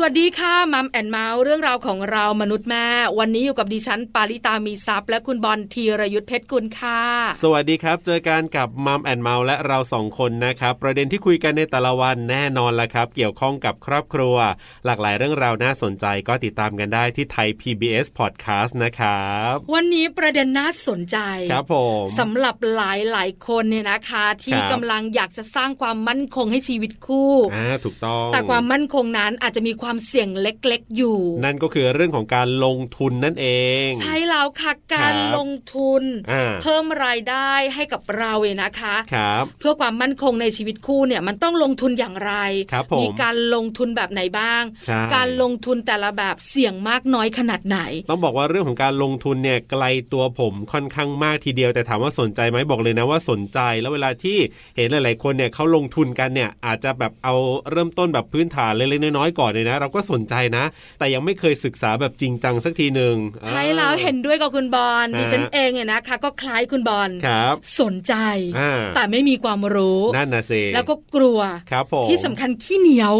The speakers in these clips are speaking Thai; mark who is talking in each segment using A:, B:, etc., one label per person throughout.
A: สวัสดีค่ะมัมแอนเมาส์เรื่องราวของเรามนุษย์แม่ วันนี้อยู่กับดิฉัน ปาริตามีซัพย์ และคุณบอลธีรยุทธเพชรกุลค่ะ
B: สวัสดีครับ เจอกันกับมัมแอนเมาและเราสองคนนะครับ ประเด็นที่คุยกันในแต่ละวันแน่นอนละครับ เกี่ยวข้องกับครอบครัว หลากหลายเรื่องราวน่าสนใจก็ติดตามกันได้ที่ไทย PBS Podcast นะครับ
A: วันนี้ประเด็นน่าสนใจ
B: ครับผม
A: สำหรับหลายหลายๆคนเนี่ยนะคะ ที่
B: ครับ
A: กำลังอยากจะสร้างความมั่นคงให้ชีวิตคู่
B: อ่าถูกต้อง
A: แต่ความมั่นคงนั้นอาจจะมีความเสี่ยงเล็กๆอยู่
B: นั่นก็คือเรื่องของการลงทุนนั่นเอง
A: ใช่แล้วค่ะการ
B: ครับ
A: ลงทุน
B: อ่า
A: เพิ่มรายได้ให้กับเราเนี่ยนะคะ
B: ครับ
A: เพื่อความมั่นคงในชีวิตคู่เนี่ยมันต้องลงทุนอย่างไร
B: ครับผม
A: การลงทุนแบบไหนบ้าง
B: ใช่
A: การลงทุนแต่ละแบบเสี่ยงมากน้อยขนาดไหน
B: ต้องบอกว่าเรื่องของการลงทุนเนี่ยไกลตัวผมค่อนข้างมากทีเดียวแต่ถามว่าสนใจไหมบอกเลยนะว่าสนใจ แล้วเวลาที่เห็นหลาย ๆ คนเนี่ยเขาลงทุนกันเนี่ยอาจจะแบบเอาเริ่มต้นแบบพื้นฐานเล็กๆน้อยๆก่อนเลยนะ เราก็สนใจนะ แต่ยังไม่เคยศึกษาแบบจริงจังสักทีหนึ่ง
A: ใช่แล้วเห็นด้วยกับคุณบอล
B: อ่า
A: ดิฉันเองเนี่ยนะคะ ก็คล้ายคุณบอล
B: ครับ
A: สนใจ
B: อ่า
A: แต่ไม่มีความรู้
B: นั่นนะเซ
A: แล้วก็กลัว
B: ครับผม
A: ที่สำคัญขี้เหนียว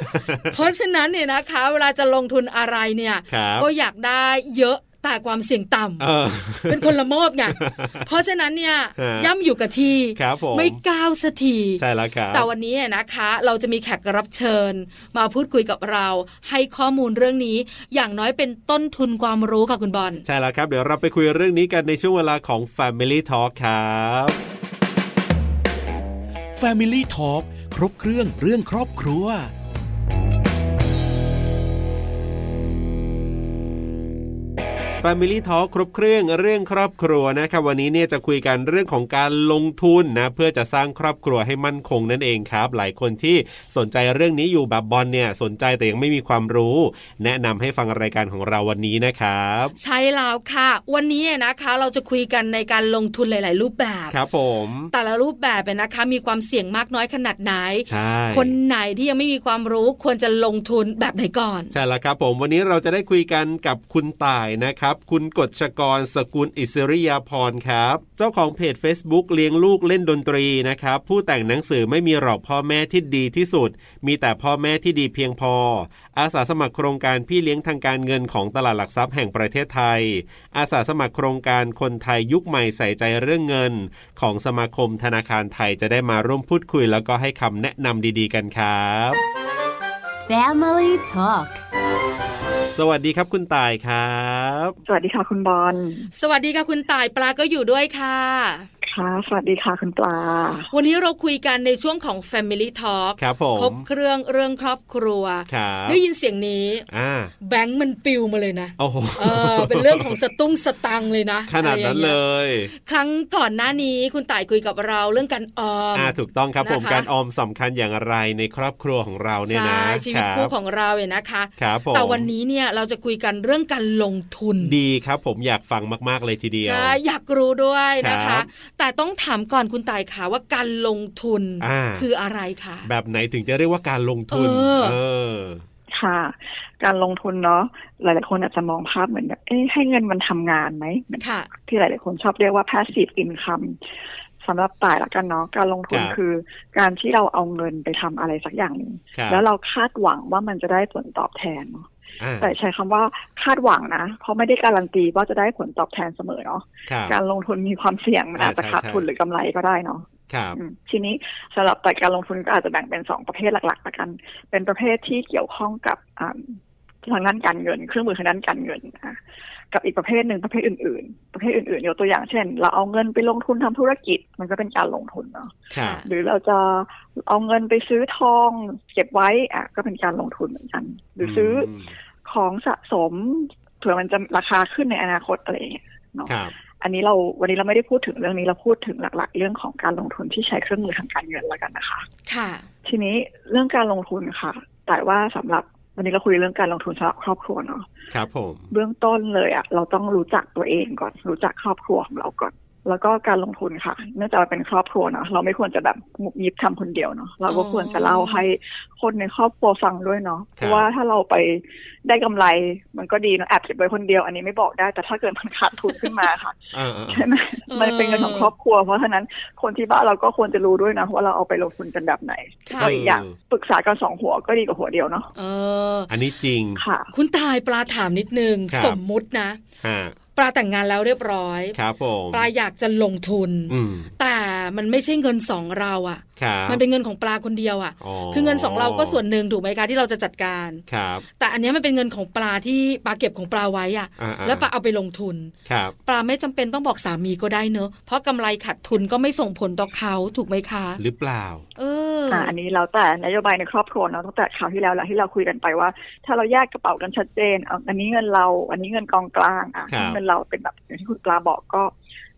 A: เพราะฉะนั้นเนี่ยนะคะ เวลาจะลงทุนอะไรเนี่ย
B: ครับ
A: ก็อยากได้เยอะแต่ความเสี่ยงต่ำ
B: เออ
A: เป็นคนละโมบไง เพราะฉะนั้นเนี่ย
B: ฮะ
A: ย่ำอยู่กับที่
B: ครับผม
A: ไม่ก้าวสักที
B: ใช่แล้วครับ
A: แต่วันนี้นะคะ เราจะมีแขกรับเชิญ มาพูดคุยกับเรา ให้ข้อมูลเรื่องนี้ อย่างน้อยเป็นต้นทุนความรู้ค่ะคุณบอล
B: ใช่แล้วครับเดี๋ยวเราไปคุยเรื่องนี้กันในช่วงเวลาของ Family Talk ครับ
C: Family Talk ครบเครื่องเรื่องครอบครัว
B: f a m i l y ่ทอครบเครื่องเรื่องครอบครัวนะครับวันนี้เนี่ยจะคุยกันเรื่องของการลงทุนนะเพื่อจะสร้างครอบครัวให้มั่นคงนั่นเองครับ หลายคนที่สนใจเรื่องนี้อยู่แบบบอลเนี่ยสนใจแต่ยังไม่มีความรู้ แนะนำให้ฟังรายการของเราวันนี้นะครับ
A: ใช่แล้วค่ะ วันนี้นะคะ เราจะคุยกันในการลงทุนหลาย ๆ รูปแบบ
B: ครับผม
A: แต่ละรูปแบบเนี่ยนะคะ มีความเสี่ยงมากน้อยขนาดไหน
B: ใช่
A: คนไหนที่ยังไม่มีความรู้ควรจะลงทุนแบบไหนก่อน
B: ใช่แล้วครับผมวันนี้เราจะได้คุยกันกับคุณต่ายนะครับ คุณกฎชกรสกุลอิสริยาพรครับ เจ้าของเพจ Facebook เลี้ยงลูกเล่นดนตรีนะครับ ผู้แต่งหนังสือไม่มีหรอกพ่อแม่ที่ดีที่สุด มีแต่พ่อแม่ที่ดีเพียงพอ อาสาสมัครโครงการพี่เลี้ยงทางการเงินของตลาดหลักทรัพย์แห่งประเทศไทย อาสาสมัครโครงการคนไทยยุคใหม่ใส่ใจเรื่องเงิน ของสมาคมธนาคารไทยจะได้มาร่วมพูดคุย แล้วก็ให้คำแนะนำดีๆ กันครับ
D: Family Talk
B: สวัสดีครับคุณต่ายครับ
E: สวัสดีค่ะคุณบอล
A: สวัสดีค่ะคุณต่ายปลาก็อยู่ด้วยค่ะ
E: ค่ะ สวัสดีค่ะคุณปลา
A: วันนี้เราคุยกันในช่วงของ Family Talk
B: ครับผม
A: ครบเครื่องเรื่องครอบครัว
B: ครับ
A: ได้ยินเสียงนี้
B: อ่า
A: แบงค์มันปิวมาเลยนะ
B: โอ้โห
A: เออ เป็นเรื่องของสตุ้งสตังเลยนะ
B: ขนาด
A: อะไรอ
B: นั้
A: ย่ง
B: น
A: งี้
B: เลย
A: ครั้งก่อนหน้านี้คุณต่ายคุยกับเราเรื่องการออม
B: อ่าถูกต้องครับผม
A: นะคะ
B: การออมสำคัญอย่างไรในครอบครัวของเราเนี่ย
A: ใช่
B: นะ
A: ชีวิตคู่ของเราเนี่ยนะคะ
B: ครับผม
A: แต่วันนี้เนี่ยเราจะคุยกันเรื่องการลงทุน
B: ดีครับผมอยากฟังมากๆเลยทีเดียว
A: ใช่อยากรู้ด้วยนะ
B: ค
A: คะ
B: รับ
A: แต่ต้องถามก่อนคุณต่ายค่ะว่าการลงทุน
B: อ่า
A: คืออะไรคะ
B: แบบไหนถึงจะเรียกว่าการลงทุน
A: เออ
B: เออ
E: ค่ะ การลงทุนเนาะ หลาย ๆ คนอาจจะมองภาพเหมือนแบบ เอ๊ะ ให้เงินมันทำงานไหมเหมือน
A: ค่ะ
E: ที่หลาย ๆ คนชอบเรียกว่า passive income สำหรับตายละกันเนาะ การลงทุน
B: ครับ
E: คือ การที่เราเอาเงินไปทำอะไรสักอย่างหนึ่ง
B: ครับ
E: แล้วเราคาดหวังว่ามันจะได้ผลตอบแทนเนาะ
B: อ่า
E: แต่ใช้คำว่าคาดหวังนะ เพราะไม่ได้การันตีว่าจะได้ผลตอบแทนเสมอเนาะ
B: ครับ
E: การลงทุนมีความเสี่ยงมัน
B: อ่า
E: อาจจะ
B: ใช่
E: ขาด
B: ใช่
E: ทุนหรือกำไรก็ได้เนาะ
B: ครับ
E: อืมทีนี้สำหรับแต่การลงทุนก็อาจจะแบ่งเป็นสองประเภทหลักๆละกัน เป็นประเภทที่เกี่ยวข้องกับอ่าทางด้านการเงิน เครื่องมือทางด้านการเงินอ่ะกับอีกประเภทหนึ่งประเภทอื่นๆ ประเภทอื่นๆยกตัวอย่างเช่น เราเอาเงินไปลงทุนทำธุรกิจ มันก็เป็นการลงทุนเนาะ
B: ครับ
E: หรือเราจะเอาเงินไปซื้อทองเก็บไว้อ่ะก็เป็นการลงทุนเหมือนกัน หรือซื้ออของสะสมเผื่อมันจะราคาขึ้นในอนาคตอะไรอย่างเงี้ยเนาะ
B: ครับ
E: อันนี้เราวันนี้เราไม่ได้พูดถึงเรื่องนี้เราพูดถึงหลัก ๆ เรื่องของการลงทุนที่ใช้เครื่องมือทางการเงินแล้วกันนะคะ
A: ค่ะ
E: ทีนี้เรื่องการลงทุนค่ะ แต่ว่าสำหรับวันนี้เราคุยเรื่องการลงทุนสำหรับครอบครัวเนาะ
B: ครับผม
E: เบื้องต้นเลยอะเราต้องรู้จักตัวเองก่อน รู้จักครอบครัวของเราก่อน แล้วก็การลงทุนค่ะ เนื่องจากเราเป็นครอบครัวเนาะเราไม่ควรจะแบบหมุบยิบทำคนเดียวเนาะเราก็
A: อ๋อ
E: ควรจะเล่าให้คนในครอบครัวฟังด้วยเนาะ
B: ค
E: เพ
B: รับ
E: ราะว่าถ้าเราไปได้กำไรมันก็ดีเนาะแอบเก็บไว้คนเดียว อันนี้ไม่บอกได้ แต่ถ้าเกิดมันขาดทุนขึ้นมาค่ะ
B: อ่าอ่า
E: ใช่ไหมมันเป็นเงินของครอบครัว เพราะฉะนั้นคนที่บ้านเราก็ควรจะรู้ด้วยนะว่าเราเอาไปลงทุนกันแบบไหน
A: ค่ะ
E: ก็อีกอย่างปรึกษากันสองหัวก็ดีกว่าหัวเดียวเนาะ
A: เออ
B: อันนี้จริง
E: ค่ะ
A: คุณตายปลาถามนิดนึง
B: ครับ
A: สมมุตินะ
B: ฮะ
A: ปลาแต่งงานแล้วเรียบร้อย
B: ครับผม
A: ปลาอยากจะลงทุน
B: อืม
A: แต่มันไม่ใช่เงินสองเราอะ่ะ
B: ครับ
A: มันเป็นเงินของปลาคนเดียวอะ่ะ คือเงินสองเราก็ส่วนหนึ่งถูกไหมคะที่เราจะจัดการ
B: ครับ
A: แต่อันเนี้ยมันเป็นเงินของปลาที่ปลาเก็บของปลาไว้อะ่ะ
B: อ่าๆ
A: แล้วปลาเอาไปลงทุน
B: ครับ
A: ปลาไม่จำเป็นต้องบอกสามีก็ได้เนอะ เพราะกำไรขาดทุนก็ไม่ส่งผลต่อเขาถูกไหมคะ
B: หรือเปล่า
A: เออ
E: อ่าอันนี้แล้วแต่นโยบายในครอบครัวเนาะตั้งแต่คราวที่แล้วแหละที่เราคุยกันไปว่า ถ้าเราแยกกระเป๋ากันชัดเจนเอาอันนี้เงินเรา อันนี้เงินกองกลางอ่ะ
B: ครับ
E: เงินเราเป็นแบบอย่างที่คุณปลาบอกก็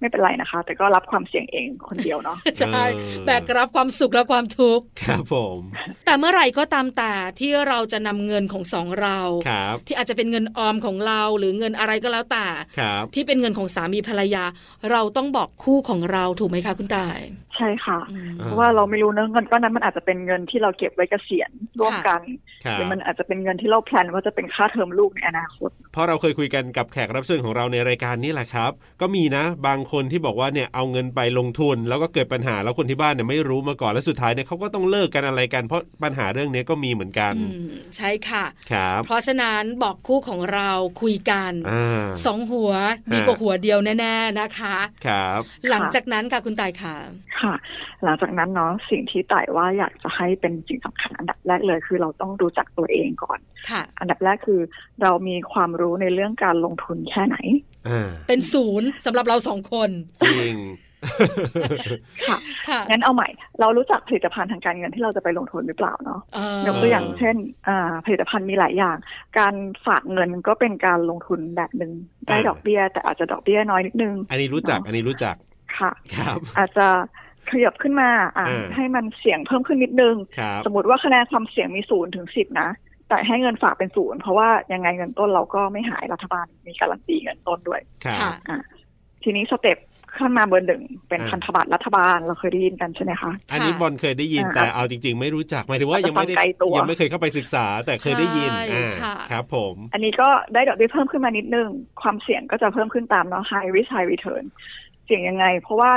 E: ไม่เป็นไรนะคะ แต่ก็รับความเสี่ยงเองคนเดียว เนาะ
A: ใช่แบกรับความสุขและความทุกข์
B: ครับผม
A: แต่เมื่อไหร่ก็ตามแต่ที่เราจะนำเงินของสองเรา
B: ครับ
A: ที่อาจจะเป็นเงินออมของเราหรือเงินอะไรก็แล้วแต่
B: ครับ
A: ที่เป็นเงินของสามีภรรยา เราต้องบอกคู่ของเราถูกไหมคะคุณตาย
E: ใช่ค่ะ
A: อืม
E: เพราะว่าเราไม่รู้เนอะเงินก้อนนั้นมันอาจจะเป็นเงินที่เราเก็บไว้เกษียณร่วมกัน
B: ครั
E: ห
B: บ
E: รือมันอาจจะเป็นเงินที่เราแพลนว่าจะเป็นค่าเทอมลูกในอนาคต
B: เพราะเราเคยคุยกันกับแขกรับเชิญของเราในรายการนี่แหละครับ ก็มีนะ บางคนที่บอกว่าเนี่ยเอาเงินไปลงทุน แล้วก็เกิดปัญหาแล้วคนที่บ้านเนี่ยไม่รู้มาก่อนแล้วสุดท้ายเนี่ยเขาก็ต้องเลิกกันอะไรกัน เพราะปัญหาเรื่องเนี้ยก็มีเหมือนกัน
A: อืมใช่ค่ะ
B: ครับ
A: เพราะฉะนั้นบอกคู่ของเราคุยกัน
B: อ่า
A: สองหัวดี
B: ฮะ
A: กว่าหัวเดียวแน่ๆนะคะ
B: ครับ
A: หลังจากนั้นค่ะคุณตายค่ะ
E: ค่ะ หลังจากนั้นเนาะสิ่งที่ต่ายว่าอยากจะให้เป็นสิ่งสำคัญอันดับแรกเลย คือเราต้องรู้จักตัวเองก่อน
A: ค่ะ
E: อันดับแรกคือ เรามีความรู้ในเรื่องการลงทุนแค่ไหน
B: อ่า
A: เป็นศูนย์สำหรับเราสองคน
B: จริง
A: ค่ะ
E: งั้นเอาใหม่ เรารู้จักผลิตภัณฑ์ทางการเงินที่เราจะไปลงทุนหรือเปล่าเนาะ
A: เอ่อย
E: กตัวอย่างเช่นอ่าผลิตภัณฑ์มีหลายอย่าง การฝากเงินก็เป็นการลงทุนแบบหนึ่งได้
B: อ่า
E: ดอกเบี้ย แต่อาจจะดอกเบี้ยน้อยนิดนึง
B: อันนี้รู้จักอันนี้รู้จัก
E: ค่ะ
B: ครับ
E: อาจจะขยับขึ้นมาอ่ะ
B: อ่า
E: ให้มันเสี่ยงเพิ่มขึ้นนิดนึง
B: ครับ
E: สมมติว่าคะแนนความเสี่ยงมีศูนย์ถึงสิบนะ แต่ให้เงินฝากเป็นศูนย์เพราะว่ายังไงเงินต้นเราก็ไม่หายรัฐบาลมีการันตีเงินต้นด้วย
B: ครับ
A: ค่ะ
E: อ่ะทีนี้สเต็ปขึ้นมาเบอร์หนึ่งเป็น
B: อ่า
E: พันธบัตรรัฐบาลเราเคยได้ยินกันใช่ไหมคะ
B: อันนี้บอลเคยได้ยิน
E: อ่า
B: แต่เอาจริง ๆ ไม่รู้จักหมายถึงว่า
E: อาจจะ
B: ยังไม่ได้
E: ฟังไกลตัว
B: ยังไม่เคยเข้าไปศึกษา แต่เคยได้ยิน
A: ใช่
B: อ่า
A: ค่ะ
B: ครับ ผม
E: อันนี้ก็ได้ดอกเบี้ยเพิ่มขึ้นมานิดนึง ความเสี่ยงก็จะเพิ่มขึ้นตามเนาะ high risk high return เสี่ยงยังไง เพราะว่า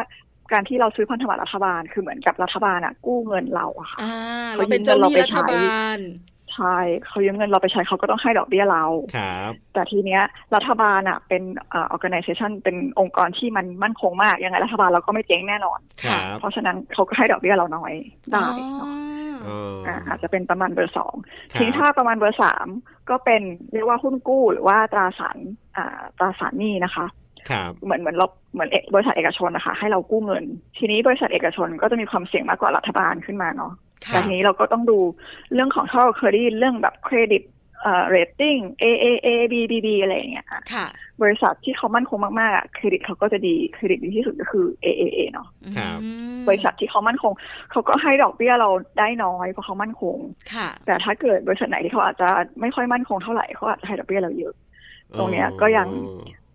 E: การที่เราซื้อพันธบัตรรัฐบาลคือเหมือนกับรัฐบาลอะกู้เงินเราอะค่ะ
A: อ่า
E: เขา
A: เราเป็นเจ้าหนี้
E: ยืมเงินเราไป
A: รัฐบ
E: ใช้
A: าล
E: ใช่เขายืมเงินเราไปใช้เขาก็ต้องให้ดอกเบี้ยเรา
B: ครับ
E: แต่ทีเนี้ยรัฐบาลอ่ะเป็นเอ่อ organization เป็นองค์กรที่มันมั่นคงมากยังไงรัฐบาลเราก็ไม่เจ๊งแน่นอน
B: ค
A: ค่ะ
B: รับ
E: เพราะฉะนั้นเขาก็ให้ดอกเบี้ยเราน้อยได้
A: อ๋
E: เนาะ
A: อ
B: อ๋อ
E: อ่ะอาจจะเป็นประมาณเบอร์สอง
B: ค
E: ทีนี้
B: รั
E: ถ้า
B: บ
E: ประมาณเบอร์สามก็เป็นเรียกว่าหุ้นกู้หรือว่าตราสารอ่าตราสารหนี้นะคะ
B: ครับ
E: เหมือนเหมือนเราเหมือนเอกบริษัทเอกชนนะคะให้เรากู้เงิน ทีนี้บริษัทเอกชนก็จะมีความเสี่ยงมากกว่ารัฐบาลขึ้นมาเนาะ
B: ค่ะ
E: แต่ทีนี้เราก็ต้องดูเรื่องของถ้าเราเคยได้ยินเรื่องแบบเครดิตเอ่อ rating A A A B B B อะไรอย่างเงี้ยอ่ะ
A: ค่ะ
E: บริษัทที่เขามั่นคงมากๆอะเครดิตเขาก็จะดีเครดิตดีที่สุดก็คือ AAA เนาะ
B: ครับ
A: อืม
E: บริษัทที่เขามั่นคง เขาก็ให้ดอกเบี้ยเราได้น้อยเพราะเขามั่นคง
A: ค่ะ
E: แต่ถ้าเกิดบริษัทไหนที่เขาอาจจะไม่ค่อยมั่นคงเท่าไหร่เขาอาจจะให้ดอกเบี้ยเราเยอะ ตรงเนี้ยก็ยัง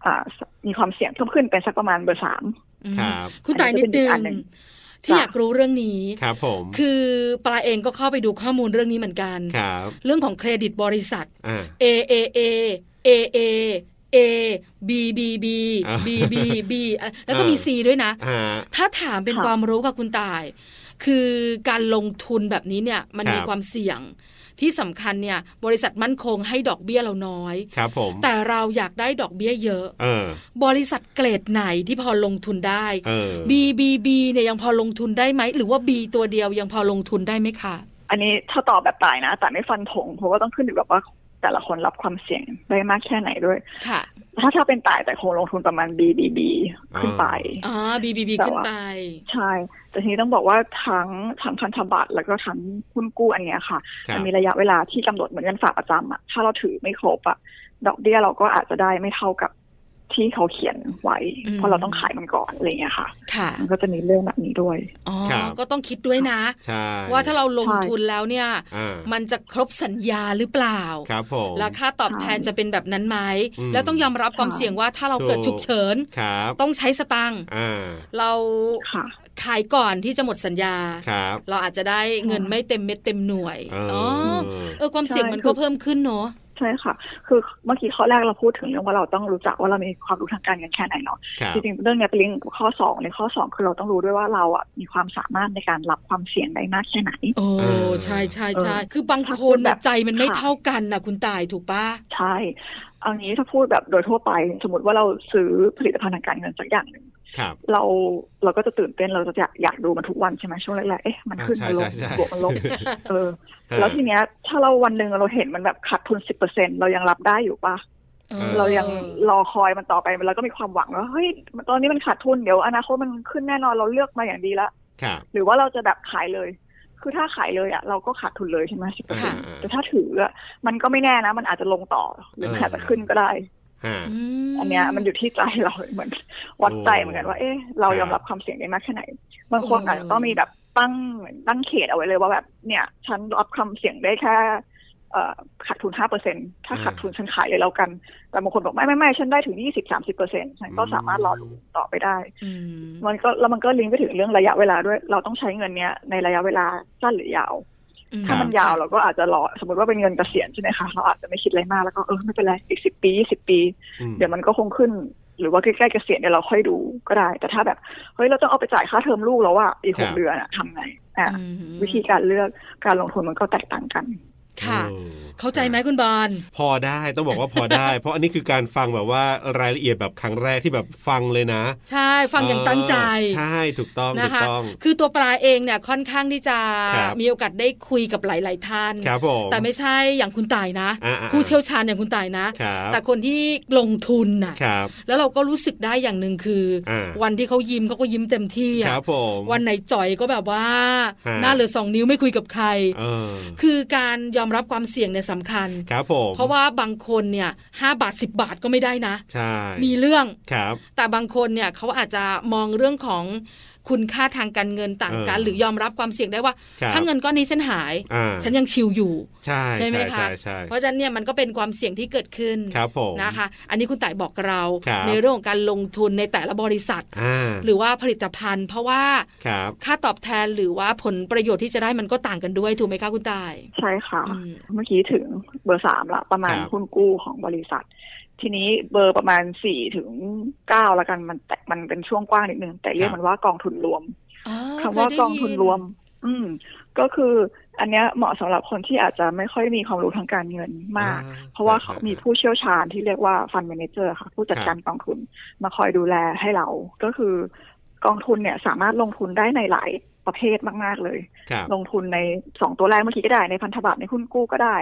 E: อ่ามีความเสี่ยงเพิ่มขึ้นเป็นสักประมาณเบอร์สาม
A: อืม
B: ครับ
A: คุณตายนิดนึง
E: อันนี้ก็เป็นอีกอันหนึ่ง
A: ที่
E: จ้ะ
A: อยากรู้เรื่องนี้
B: ครับผม
A: คือปลาเองก็เข้าไปดูข้อมูลเรื่องนี้เหมือนกัน
B: ครับ
A: เรื่องของเครดิตบริษัท
B: อ่า
A: A A A A A A B B B
B: อ่า
A: B B B อ่ะแล้วก็มี
B: อ่า
A: C ด้วยนะ
B: อ่า
A: ถ้าถามเป็น
E: ค่ะ
A: ความรู้ค่ะคุณตาย คือการลงทุนแบบนี้เนี่ยมัน
B: ครับ
A: มีความเสี่ยง ที่สำคัญเนี่ยบริษัทมั่นคงให้ดอกเบี้ยเราน้อย
B: ครับผม
A: แต่เราอยากได้ดอกเบี้ยเยอะ
B: เออบ
A: ริษัทเกรดไหนที่พอลงทุนได้
B: เออ
A: B B B เนี่ยยังพอลงทุนได้ไหม หรือว่า B ตัวเดียวยังพอลงทุนได้ไหมคะ
E: ันนี้ถ้าตอบแบบตายนะ แต่ไม่ฟันธงเพราะว่าต้องขึ้นอยู่กับว่าแต่ละคนรับความเสี่ยงได้มากแค่ไหนด้วย
A: ค่ะ
E: ถ้าถ้าเป็นตายแต่คงลงทุนประมาณ BBB ขึ้นไป
A: อ๋อ B B B
E: แต่ว่า
A: ขึ้นไป
E: ใช่ แต่ทีนี้ต้องบอกว่าทั้งทั้งพันธบัตรแล้วก็ทั้งหุ้นกู้อันเนี้ยค่ะ
B: ครับ
E: มัมีระยะเวลาที่กำหนดเหมือนเงินฝากประจำอะถ้าเราถือไม่ครบอะดอกเบี้ยเราก็อาจจะได้ไม่เท่ากับ ที่เขาเขียนไว้
A: อืม
E: เพราะเราต้องขายมันก่อนอะไรอย่างเงี้ยค่ะ
A: ค่ะ
E: มันก็จะมีเรื่องแบบนี้ด้วย
A: อ๋อ
B: ครับ
A: ก็ต้องคิดด้วยนะ
B: ใช่
A: ว่าถ้าเราลง
E: ใช่
A: ทุนแล้วเนี่ย
B: อ่า
A: มันจะครบสัญญาหรือเปล่า
B: ครับผม
A: แล้วค่าตอบแทนจะเป็นแบบนั้นไหม
B: อืม
A: แล้วต้องยอมรับความ
E: ค่ะ
A: เสี่ยงว่าถ้าเรา
B: ถูก
A: เกิดฉุกเฉิน
B: ครับ
A: ต้องใช้สตังค์
B: อ่า
A: เรา
E: ค่ะ
A: ขายก่อนที่จะหมดสัญญา
B: ครับ
A: เราอาจจะได้เงินไม่เต็มเม็ดเต็มหน่วย
B: เอออ๋
A: อเออความเสี่ยงมัน
E: ใช่
A: ก็เพิ่มขึ้นเนอะ
E: ใช่ค่ะ คือเมื่อกี้ข้อแรกเราพูดถึงเรื่องว่าเราต้องรู้จักว่าเรามีความรู้ทางการเงินแค่ไหนเนาะ
B: ครับ
E: จริงๆเรื่องเนี้ยเป็นเรื่องกับข้อสองในข้อสองคือเราต้องรู้ด้วยว่าเราอ่ะมีความสามารถในการรับความเสี่ยงได้มากแค่ไหน
A: โอ้ใช่ใช่ใช่
E: เออ
A: คือบางคนน่ะ
E: ถ้าพูดแบบ
A: ใจมันไม่
E: ค่ะ
A: เท่ากันนะคุณตายถูกปะ
E: ใช่เอางี้ถ้าพูดแบบโดยทั่วไป สมมติว่าเราซื้อผลิตภัณฑ์ทางการเงินสักอย่างหนึ่ง
B: ครับ
E: เราเราก็จะตื่นเต้นเราจะอยากอยากดูมันทุกวันใช่ไหมช่วงแรกๆเอ๊ะมันขึ้น
B: อ่า
E: มันลง
B: ใช่ใช่
E: บวกมันลบเอ อ แล้วทีเนี้ยถ้าเราวันหนึ่งเราเห็นมันแบบขาดทุนสิบเปอร์เซ็นเรายังรับได้อยู่ปะ
A: ออ
E: เรายังรอคอยมันต่อไปเราก็มีความหวังว่าเฮ้ยตอนนี้มันขาดทุนเดี๋ยวอนาคตมันขึ้นแน่นอนเราเลือกมาอย่างดีละ
B: ครับ
E: หรือว่าเราจะแบบขายเลย คือถ้าขายเลยอ่ะเราก็ขาดทุนเลยใช่ไหมสิบเปอร์เซ็น
B: อ่า
E: ต์
B: อ่า
E: แต่ถ้าถืออ่ะมันก็ไม่แน่นะ มันอาจจะลงต่อหรือมัน
B: เอออ
E: อาจจะขึ้นก็ได้
B: ฮะ
A: ม
E: อันเนี้ยมันอยู่ที่ใจเราเหมือนวัดใจเหมือนกันว่า เอ๊ะเรายอมรับความเสี่ยงได้มากแค่ไหน บางคนอาจจะต้องมีแบบตั้งเหมือนตั้งเขตเอาไว้เลยว่าแบบเนี่ย ฉันรับความเสี่ยงได้แค่เอ่อขาดทุนห้าเปอร์เซ็นถ้า
B: อ่า
E: ขาดทุนฉันขายเลยแล้วกัน แต่บางคนบอกไม่ไม่ไม่ฉันได้ถึงยี่สิบสามสิบเปอร์เซ็นฉันก็สามารถรอดูต่อไปได้
A: อืม
E: มันก็แล้วมันก็ลิงก์ไปถึงเรื่องระยะเวลาด้วย เราต้องใช้เงินเนี้ยในระยะเวลาสั้นหรือยาว ถ้ามันยาวเราก็อาจจะรอสมมติว่าเป็นเงินเกษียณใช่ไหมคะเราอาจจะไม่คิดอะไรมากแล้วก็เออไม่เป็นไรอีกสิบปียี่สิบปี
B: อืม
E: เดี๋ยวมันก็คงขึ้น หรือว่าใกล้ๆเกษียณเดี๋ยวเราค่อยดูก็ได้ แต่ถ้าแบบเฮ้ยเราต้องเอาไปจ่ายค่าเทอมลูกแล้วว่าอีกหกเดือนอะทำไงอ่ะ
A: อืม
E: วิธีการเลือกการลงทุนมันก็แตกต่างกัน
A: ค่ะ
B: โอ้
A: เข้าใจไหมคุณบอล
B: พอได้ต้องบอกว่าพอได้ เพราะอันนี้คือการฟังแบบว่ารายละเอียดแบบครั้งแรกที่แบบฟังเลยนะ
A: ใช่ฟังอย่างตั้งใจ
B: เออใช่ถูกต้อง
A: นะ
B: ถูก
A: คะ
B: ต้อง
A: คือตัวปลาเองเนี่ยค่อนข้างที่จะ
B: ครับ
A: มีโอกาสได้คุยกับหลาย ๆ ท่าน
B: ครับผม
A: แต่ไม่ใช่อย่างคุณตายนะ
B: อ่าๆ
A: ผู้เชี่ยวชาญอย่างคุณตายนะ
B: ครับ
A: แต่คนที่ลงทุนน่ะ
B: ครับ
A: แล้วเราก็รู้สึกได้อย่างหนึ่งคืออา วันที่เขายิ้มเขาก็ยิ้มเต็มที่อะ
B: ครับผม
A: วันไหนจ่อยก็แบบว่า
B: ฮะ
A: หน้าเหลือสองนิ้วไม่คุยกับใคร
B: เออ
A: คือการยอมรับความเสี่ยงเนี่ยสำคัญ
B: ครับผม
A: เพราะว่าบางคนเนี่ยห้าบาทสิบาทก็ไม่ได้นะ
B: ใช่
A: มีเรื่อง
B: ครับ
A: แต่บางคนเนี่ยเขาอาจจะมองเรื่องของคุณค่าทางการเงินต่างกัน
B: เออ
A: หรือยอมรับความเสี่ยงได้ว่า
B: ครับ
A: ถ้าเงินก้อนนี้ฉันหาย
B: อ่า
A: ฉันยังชิลอยู่
B: ใช่
A: ใช่ไหมคะ
B: ใช่ใช่
A: เพราะฉะนั้นเนี่ยมันก็เป็นความเสี่ยงที่เกิดขึ้น
B: ครับผม
A: นะคะ อันนี้คุณต่ายบอกเรา
B: ครับ
A: ในเรื่องของการลงทุนในแต่ละบริษัท
B: อ่า
A: หรือว่าผลิตภัณฑ์ เพราะว่า
B: ครับ
A: ค่าตอบแทนหรือว่าผลประโยชน์ที่จะได้มันก็ต่างกันด้วยถูกไหมคะคุณต่าย
E: ใช่ค่ะ
A: อืม
E: เมื่อกี้ถึงเบอร์สามละประมาณหุ้นกู้ของบริษัท ทีนี้เบอร์ประมาณสี่ถึงเก้าละกันมันแต่มันเป็นช่วงกว้างนิดนึง แต่เรียกมันว่ากองทุนรวม
A: อ๋อ
E: คำว่า
A: เยได้
E: กองทุน
A: ยิ
E: รวม อืม ก็คืออันเนี้ยเหมาะสำหรับคนที่อาจจะไม่ค่อยมีความรู้ทางการเงินมาก
B: อ่
E: เพราะว่าเขามีผู้เชี่ยวชาญที่เรียกว่าฟันเมนเจอร์ค่ะ ผู้จัดการกองทุนมาคอยดูแลให้เรา ก็คือกองทุนเนี่ยสามารถลงทุนได้ในหลายประเภทมาก ๆ เลย
B: ครับ
E: ลงทุนในสองตัวแรกเมื่อกี้ก็ได้ในพันธบัตรในหุ้นกู้ก็ได้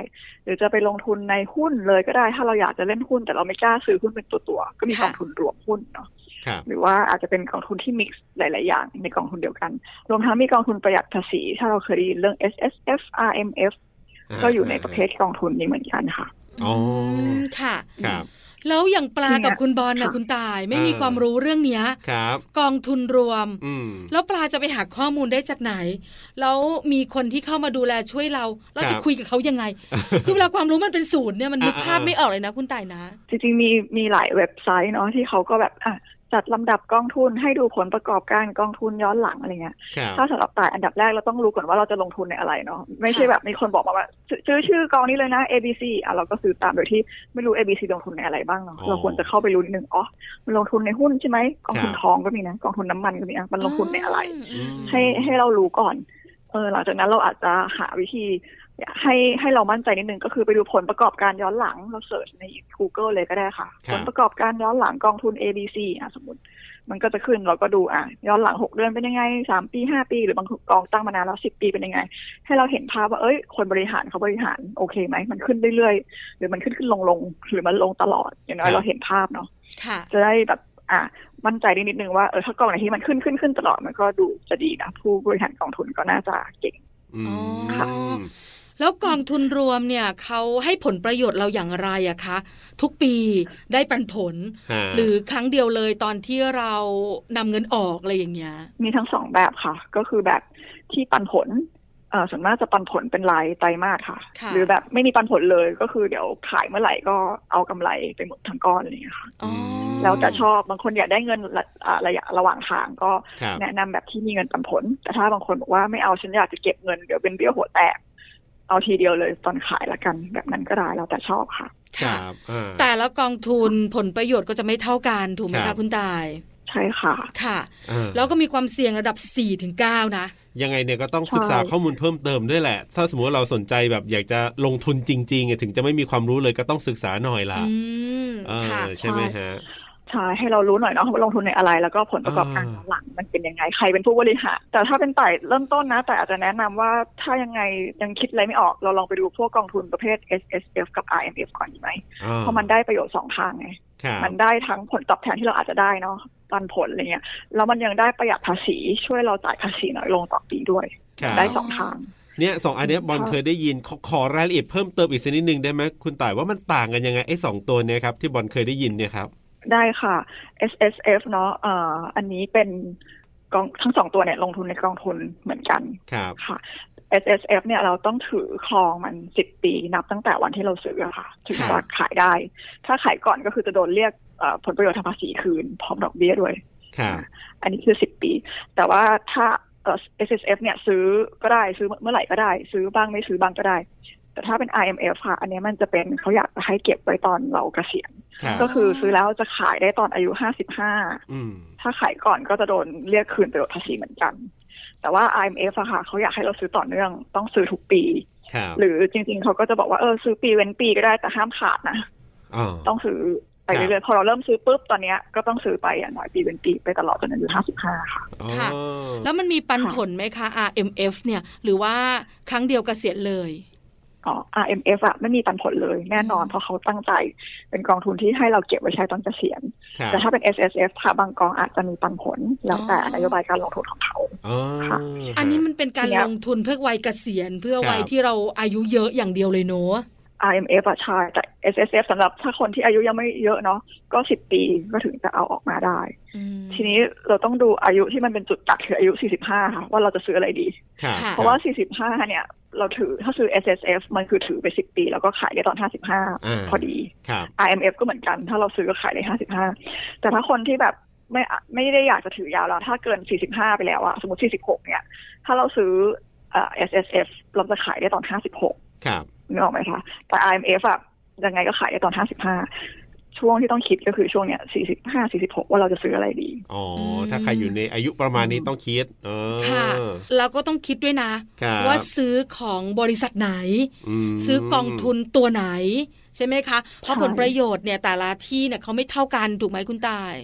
E: หรือจะไปลงทุนในหุ้นเลยก็ได้ ถ้าเราอยากจะเล่นหุ้น แต่เราไม่กล้าซื้อหุ้นเป็นตัวๆก็มี
A: ค่ะ
E: กองทุนรวมหุ้นเนาะ
B: ครับ
E: หรือว่าอาจจะเป็นกองทุนที่มิกซ์หลาย ๆ อย่างในกองทุนเดียวกัน รวมทั้งมีกองทุนประหยัดภาษี ถ้าเราเคยได้ยินเรื่อง S S F R M F
B: า
E: ก็อยู่ในประเภทกองทุนนี้เหมือนกันค่ะ
B: อ๋ออื
A: มค่ะ
B: ครับ
A: แล้วอย่างปลากับคุณบอลนะ
E: ค่ะ
A: คุณตายไม่มี
B: เออ
A: ความรู้เรื่องเนี้ย
B: ครับ
A: กองทุนรวม
B: อืม
A: แล้วปลาจะไปหาข้อมูลได้จากไหน แล้วมีคนที่เข้ามาดูแลช่วยเรา เรา
B: ครับ
A: จะคุยกับเขายังไง คือเวลาความรู้มันเป็นศูนย์เนี่ยมันนึก
B: อ่าๆ
A: ภาพไม่ออกเลยนะคุณตายนะ
E: จริง ๆ มีมีหลายเว็บไซต์เนาะที่เขาก็แบบอ่ะจัดลำดับกองทุนให้ดูผลประกอบการกองทุนย้อนหลังอะไรเงี้ย
B: ครับ
E: ถ้าสำหรับตายอันดับแรกเราต้องรู้ก่อนว่าเราจะลงทุนในอะไรเนาะไม่ใช่
A: ค่ะ
E: แบบมีคนบอกมาว่าซื้อซื้อชื่อกองนี้เลยนะ A B C อ่ะเราก็ซื้อตามโดยที่ไม่รู้ A B C ลงทุนในอะไรบ้างเนาะเราควรจะเข้าไปรู้นิดนึงอ๋อมันลงทุนในหุ้นใช่ไหมกองทุนทองก็มีนะกองทุนน้ำมันก็มีอ่ะมันลงทุนในอะไร
A: อืม
E: ให้ให้เรารู้ก่อน เออหลังจากนั้นเราอาจจะหาวิธี ให้ให้เรามั่นใจนิดนึงก็คือไปดูผลประกอบการย้อนหลังเราเสิร์ชใน Google เลยก็ได้ค่ะ ผลประกอบการย้อนหลังกองทุน A B C อ่ะสมมติ มันก็จะขึ้นเราก็ดูอ่ะย้อนหลังหกเดือนเป็นยังไงสามปีห้าปี หรือบางกองตั้งมานานแล้วสิบปีเป็นยังไง ให้เราเห็นภาพว่าเอ้ย คนบริหารเขาบริหารโอเคไหมมันขึ้นเรื่อยๆหรือมันขึ้นขึ้นลงลงหรือมันลงตลอดอย่างน้อยเราเห็นภาพเนาะ
A: ค่ะ
E: จะได้แบบอ่ะมั่นใจได้นิดนึงว่าเออถ้ากองไหนที่มันขึ้นขึ้นขึ้นตลอดมันก็ดูจะดีนะ ผู้บริหารกองทุนก็น่าจะเก่ง
B: อืม
A: อ๋อ
B: ครับ
A: แล้วกองทุนรวมเนี่ยเขาให้ผลประโยชน์เราอย่างไรอะคะ ทุกปีได้ปันผล
B: ฮะ
A: หรือครั้งเดียวเลยตอนที่เรานำเงินออกอะไรอย่างเงี้ย
E: มีทั้งสองแบบค่ะ ก็คือแบบที่ปันผลเอ่อส่วนมากจะปันผลเป็นรายไตรมาสค่ะ
A: ค่ะ
E: หรือแบบไม่มีปันผลเลยก็คือเดี๋ยวขายเมื่อไหร่ก็เอากำไรไปหมดทั้งก้อนอะไรอย่างเงี้ยค่ะ
A: อ๋อ
E: แล้วแต่ชอบบางคนอยากได้เงินระอ่าระยะระหว่างทางก็
B: ครับ
E: แนะนำแบบที่มีเงินปันผล แต่ถ้าบางคนบอกว่าไม่เอาฉันอยากจะเก็บเงินเดี๋ยวเป็นเบี้ยวหัวแตก เอาทีเดียวเลยตอนขายละกัน แบบนั้นก็ได้แล้วแต่ชอบค่ะ
B: ค
A: ค่ะ
B: รับอ่า
A: แต่ละกองทุนผลประโยชน์ก็จะไม่เท่ากันถูกไหม
B: ครั
A: คะ
B: บ
A: คุณตาย
E: ใช่ค่ะ
A: ค่ะ
B: อ่า
A: แล้วก็มีความเสี่ยงระดับ4ถึง9นะ
B: ยังไงเนี่ยก็ต้องศึกษา
E: ใช่
B: ข้อมูลเพิ่มเติมด้วยแหละ ถ้าสมมติว่าเราสนใจแบบอยากจะลงทุนจริงๆอ่ะถึงจะไม่มีความรู้เลยก็ต้องศึกษาหน่อยละ
A: อืม
B: เออ
A: ค่ะ
B: ใช่ไหมฮะ
E: ใช่ให้เรารู้หน่อยเนาะว่าลงทุนในอะไร แล้วก็ผลประกอบการ
B: อ่า
E: ตอนหลังมันเป็นยังไงใครเป็นผู้บริหารแต่ถ้าเป็นไต่เริ่มต้นนะ แต่อาจจะแนะนำว่าถ้ายังไงยังคิดอะไรไม่ออก เราลองไปดูพวกกองทุนประเภท S S F กับ R M F ก่อนดีไหม
B: อ่
E: เพราะมันได้ประโยชน์สองทางไง
B: ครับ
E: มันได้ทั้งผลตอบแทนที่เราอาจจะได้เนาะปันผลอะไรเงี้ยแล้วมันยังได้ประหยัดภาษีช่วยเราจ่ายภาษีน้อยลงต่อปีด้วย
B: ครับ
E: ได้สองทาง
B: เนี่ยสองอันเนี้ยบอล
E: ค่ะ
B: เคยได้ยินขอขอรายละเอียดเพิ่มเติมอีกสักนิดนึงได้ไหมคุณต่ายว่ามันต่างกันยังไงไอ้สองตัวเนี่ยครับที่บอลเคยได้ยินเนี่ยครับ
E: ได้ค่ะ S S F เนาะเอ่ออันนี้เป็นกองทั้งสองตัวเนี่ยลงทุนในกองทุนเหมือนกัน
B: ครับ
E: ค่ะ S S F เนี่ยเราต้องถือครองมันสิบปีนับตั้งแต่วันที่เราซื้ออะค่ะถึงจะขายได้ ถ้าขายก่อนก็คือจะโดนเรียกเอ่อผลประโยชน์ทางภาษีคืนพร้อมดอกเบี้ยด้วย
B: ครับ
E: อันนี้คือสิบปี แต่ว่าถ้า S S F เนี่ยซื้อก็ได้ซื้อเมื่อไหร่ก็ได้ ซื้อบ้างไม่ซื้อบ้างก็ได้ แต่ถ้าเป็น I M F ค่ะ อันเนี้ยมันจะเป็นเขาอยากจะให้เก็บไว้ตอนเราเกษียณ
B: ครับ
E: ก็คือซื้อแล้วจะขายได้ตอนอายุห้าสิบห้า
B: อืม
E: ถ้าขายก่อนก็จะโดนเรียกคืนประโยชน์ภาษีเหมือนกัน แต่ว่า IMF อะค่ะเขาอยากให้เราซื้อต่อเนื่องต้องซื้อทุกปี
B: ครับ
E: หรือจริงๆเขาก็จะบอกว่าเออซื้อปีเว้นปีก็ได้แต่ห้ามขาดนะ
B: อ๋อ
E: ต้องซื้อไป
B: ครับ
E: เรื่อยๆพอเราเริ่มซื้อปุ๊บตอนเนี้ยก็ต้องซื้อไปอย่างน้อยปีเว้นปีไปตลอดจนอายุห้าสิบห้าค่ะ
B: อ๋อ
A: ค่ะ แล้วมันมีปันผลไหมคะ RMF เนี่ย หรือว่าครั้งเดียวเกษียณเลย
E: อ๋อ IMF อะไม่มีปันผลเลยแน่นอนเพราะเขาตั้งใจเป็นกองทุนที่ให้เราเก็บไว้ใช้ตอนเกษียณ
B: ครับ
E: แต่ถ้าเป็น S S F ค่ะบางกองอาจจะมีปันผลแล้วแต่
A: อ๋อ
E: นโยบายการลงทุนของเขา
B: อ๋อ
E: ค่ะ
A: อันนี้มันเป็นการ
E: เนี่ย
A: ลงทุนเพื่อวัยเกษียณเพื่อวัย
B: ครับ
A: ที่เราอายุเยอะอย่างเดียวเลยเนอะ
E: IMF อะใช่แต่ SSF สำหรับถ้าคนที่อายุยังไม่เยอะเนาะก็สิบปีก็ถึงจะเอาออกมาได้
A: อืม
E: ทีนี้เราต้องดูอายุที่มันเป็นจุดตัดคืออายุ 45 ค่ะ ว่าเราจะซื้ออะไรดี
B: ครับ
A: ค่ะ
E: เพราะว่า 45 เนี่ย เราถือถ้าซื้อ SSF มันคือถือไป 10 ปี แล้วก็ขายได้ตอน
B: อ่า
E: 55 พอดี
B: ครับ
E: IMF ก็เหมือนกัน ถ้าเราซื้อก็ขายได้ 55 แต่ถ้าคนที่แบบไม่ไม่ได้อยากจะถือยาวแล้ว ถ้าเกิน 45 ไปแล้วอะสมมติ 46 เนี่ย ถ้าเราซื้อเอ่อ SSF เราจะขายได้ตอน 56
B: ครับ
E: นึกออกไหมคะ แต่ IMF อะยังไงก็ขายได้ตอน 55 ช่วงที่ต้องคิดก็คือช่วงเนี้ย 45 46 ว่าเราจะซื้ออะไรดี
B: อ๋ออ
A: ม
B: ถ้าใครอยู่ในอายุประมาณนี้ต้องคิดเออ
A: ค่ะ แล้วก็ต้องคิดด้วยนะ
B: ครับ
A: ว่าซื้อของบริษัทไหน
B: ม
A: ซื้อกองทุนตัวไหน ใช่ไหมคะ เพราะ
E: ใช่
A: ผลประโยชน์เนี่ยแต่ละที่เนี่ยเขาไม่เท่ากันถูกไหมคุณตาย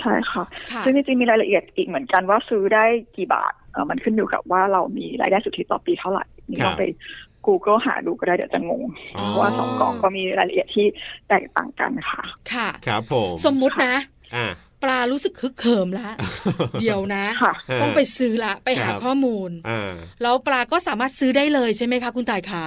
E: ใช่ค่ะ
A: ค่ะ
E: ซึ่งจริงๆมีรายละเอียดอีกเหมือนกันว่าซื้อได้กี่บาทเอ่อมันขึ้นอยู่กับว่าเรามีรายได้สุทธิต่อปีเท่าไหร่นี่
B: ครับ
E: ลองไป Google หาดูก็ได้เดี๋ยวจะงง
B: อ๋อ
E: เพราะว่าสองกองก็มีรายละเอียดที่แตกต่างกันค่ะ
A: ค่ะ
B: ครับผม
A: สมมุตินะ
B: อ่า
A: ปลารู้สึกฮึกเหิมแล้ว เดี๋ยวนะ
E: ค่ะ
A: ต้องไปซื้อละไปหา
B: ครับ
A: ข้อมูล
B: อ่า
A: แล้วปลาก็สามารถซื้อได้เลยใช่ไหมคะคุณตายขา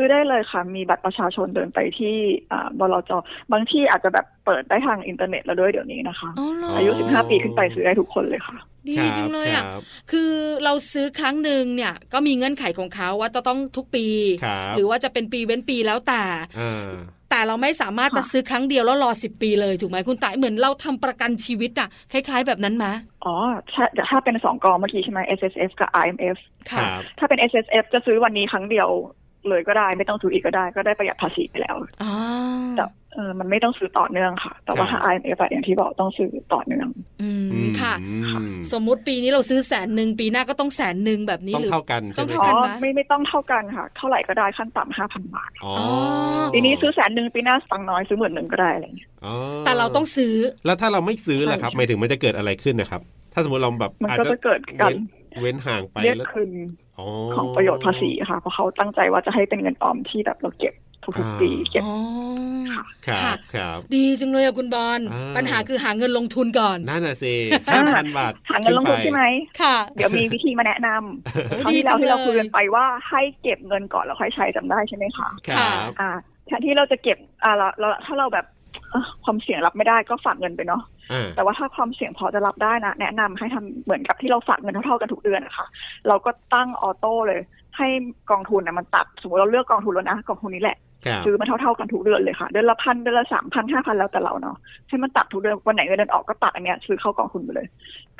E: ซื้อได้เลยค่ะ มีบัตรประชาชนเดินไปที่อ่าบลจบางที่อาจจะแบบเปิดได้ทางอินเทอร์เน็ตแล้วด้วยเดี๋ยวนี้นะคะ
A: อ๋อเหรอ
E: อายุ 15 ปีขึ้นไปซื้อได้ทุกคนเลยค่ะ
A: ดี
B: ครับ
A: จังเลยอ่ะ
B: ครับ
A: คือเราซื้อครั้งหนึ่งเนี่ย ก็มีเงื่อนไขของเขาว่าจะต้องทุกปี
B: ครับ
A: หรือว่าจะเป็นปีเว้นปีแล้วแต่
B: อ่า
A: แต่เราไม่สามารถจะ
E: ค่ะ
A: ซื้อครั้งเดียวแล้วรอสิบปีเลยถูกไหมคุณตายเหมือนเราทำประกันชีวิตอะคล้าย ๆ แบบนั้นไหม
E: อ๋อถ้าถ้าเป็นสองกองเมื่อกี้ใช่ไหม S S F กับ I M F
B: ค
A: ค่ะ
B: รับ
E: ถ้าเป็น S S F จะซื้อวันนี้ครั้งเดียวเลยก็ได้ไม่ต้องซื้ออีกก็ได้ก็ได้ประหยัดภาษีไปแล้ว
A: อ๋อ
E: แต่เออมันไม่ต้องซื้อต่อเนื่องค่ะ แต่ว่าถ้า IMF อะอย่างที่บอกต้องซื้อต่อเนื่อง
A: อืม
B: อืม
A: ค่ะ
B: อืม
A: สมมุติปีนี้เราซื้อแสนหนึ่งปีหน้าก็ต้องแสนหนึ่งแบบนี้
B: ต้อง
A: หรือ
B: เท่ากันใช่ไห
A: ต้อง
B: ม
E: อ๋อ
A: เท่า นปะ
E: ไม่ไม่ต้องเท่ากันค่ะ เท่าไหร่ก็ได้ขั้นต่ำห้าพันบาท
B: อ๋อ
E: ปีนี้ซื้อแสนหนึ่งปีหน้าสั่งน้อยซื้อหมื่นหนึ่งก็ได้อะไรอย่างเงี้ย
B: อ๋อ
A: แต่เราต้องซื้อ
B: แล้วถ้าเราไม่ซื้อล่ะครับ
E: ใช่
B: หมายถึงมันจะเกิดอะไรขึ้นนะครับ ถ้าสมมติเราแบบ
E: มัน
B: อาจ
E: ก็
B: จะ
E: จะเกิดการ
B: เว้นเว้นห่างไป
E: เรียก
B: แล้ว
E: คืน
B: อ๋
E: ของประโยชน์ภาษีค่ะเพราะเขาตั้งใจว่าจะให้เป็นเงินออมที่แบบเราเก็บ ทุกๆปีเก็บ
A: อ๋อ
B: ครับ
A: ค่ะ
B: ครับ
A: ดีจังเลยอะคุณบอล
B: อ่า
A: ปัญหาคือหาเงินลงทุนก่อน
B: นั่นน่ะสิ
E: อ่า
B: ห้าพันบาท
E: หาเงินลงทุนใช่ไหม
A: ค่ะ
E: เดี๋ยวมีวิธีมาแนะน
A: โอ้ย
E: ำคราว
A: ดี
E: ที่
A: จั
E: เรา
A: ง
E: ที่เรา
A: เลย
E: คุยกันไปว่าให้เก็บเงินก่อนแล้วค่อยใช้จำได้ใช่ไหมคะ
B: ครับ
E: อ่าแทนที่เราจะเก็บอ่าเราเราถ้าเราแบบเอ่อความเสี่ยงรับไม่ได้ก็ฝากเงินไปเนาะ
B: อ่า
E: แต่ว่าถ้าความเสี่ยงพอจะรับได้นะแนะนำให้ทำเหมือนกับที่เราฝากเงินเท่าๆกันทุกเดือนนะคะเราก็ตั้งออโต้เลย ให้กองทุนนะมันตัดสมมติเราเลือกกองทุนแล้วนะกองทุนนี้แหละ
B: ครับ
E: ซื้อมาเท่าๆกันทุกเดือนเลยค่ะเดือนละพันเดือนละสามพันห้าพันแล้วแต่เราเนาะให้มันตัดทุกเดือนวันไหนเงินเดือนออกก็ตัดอันเนี้ยซื้อเข้ากองทุนไปเลย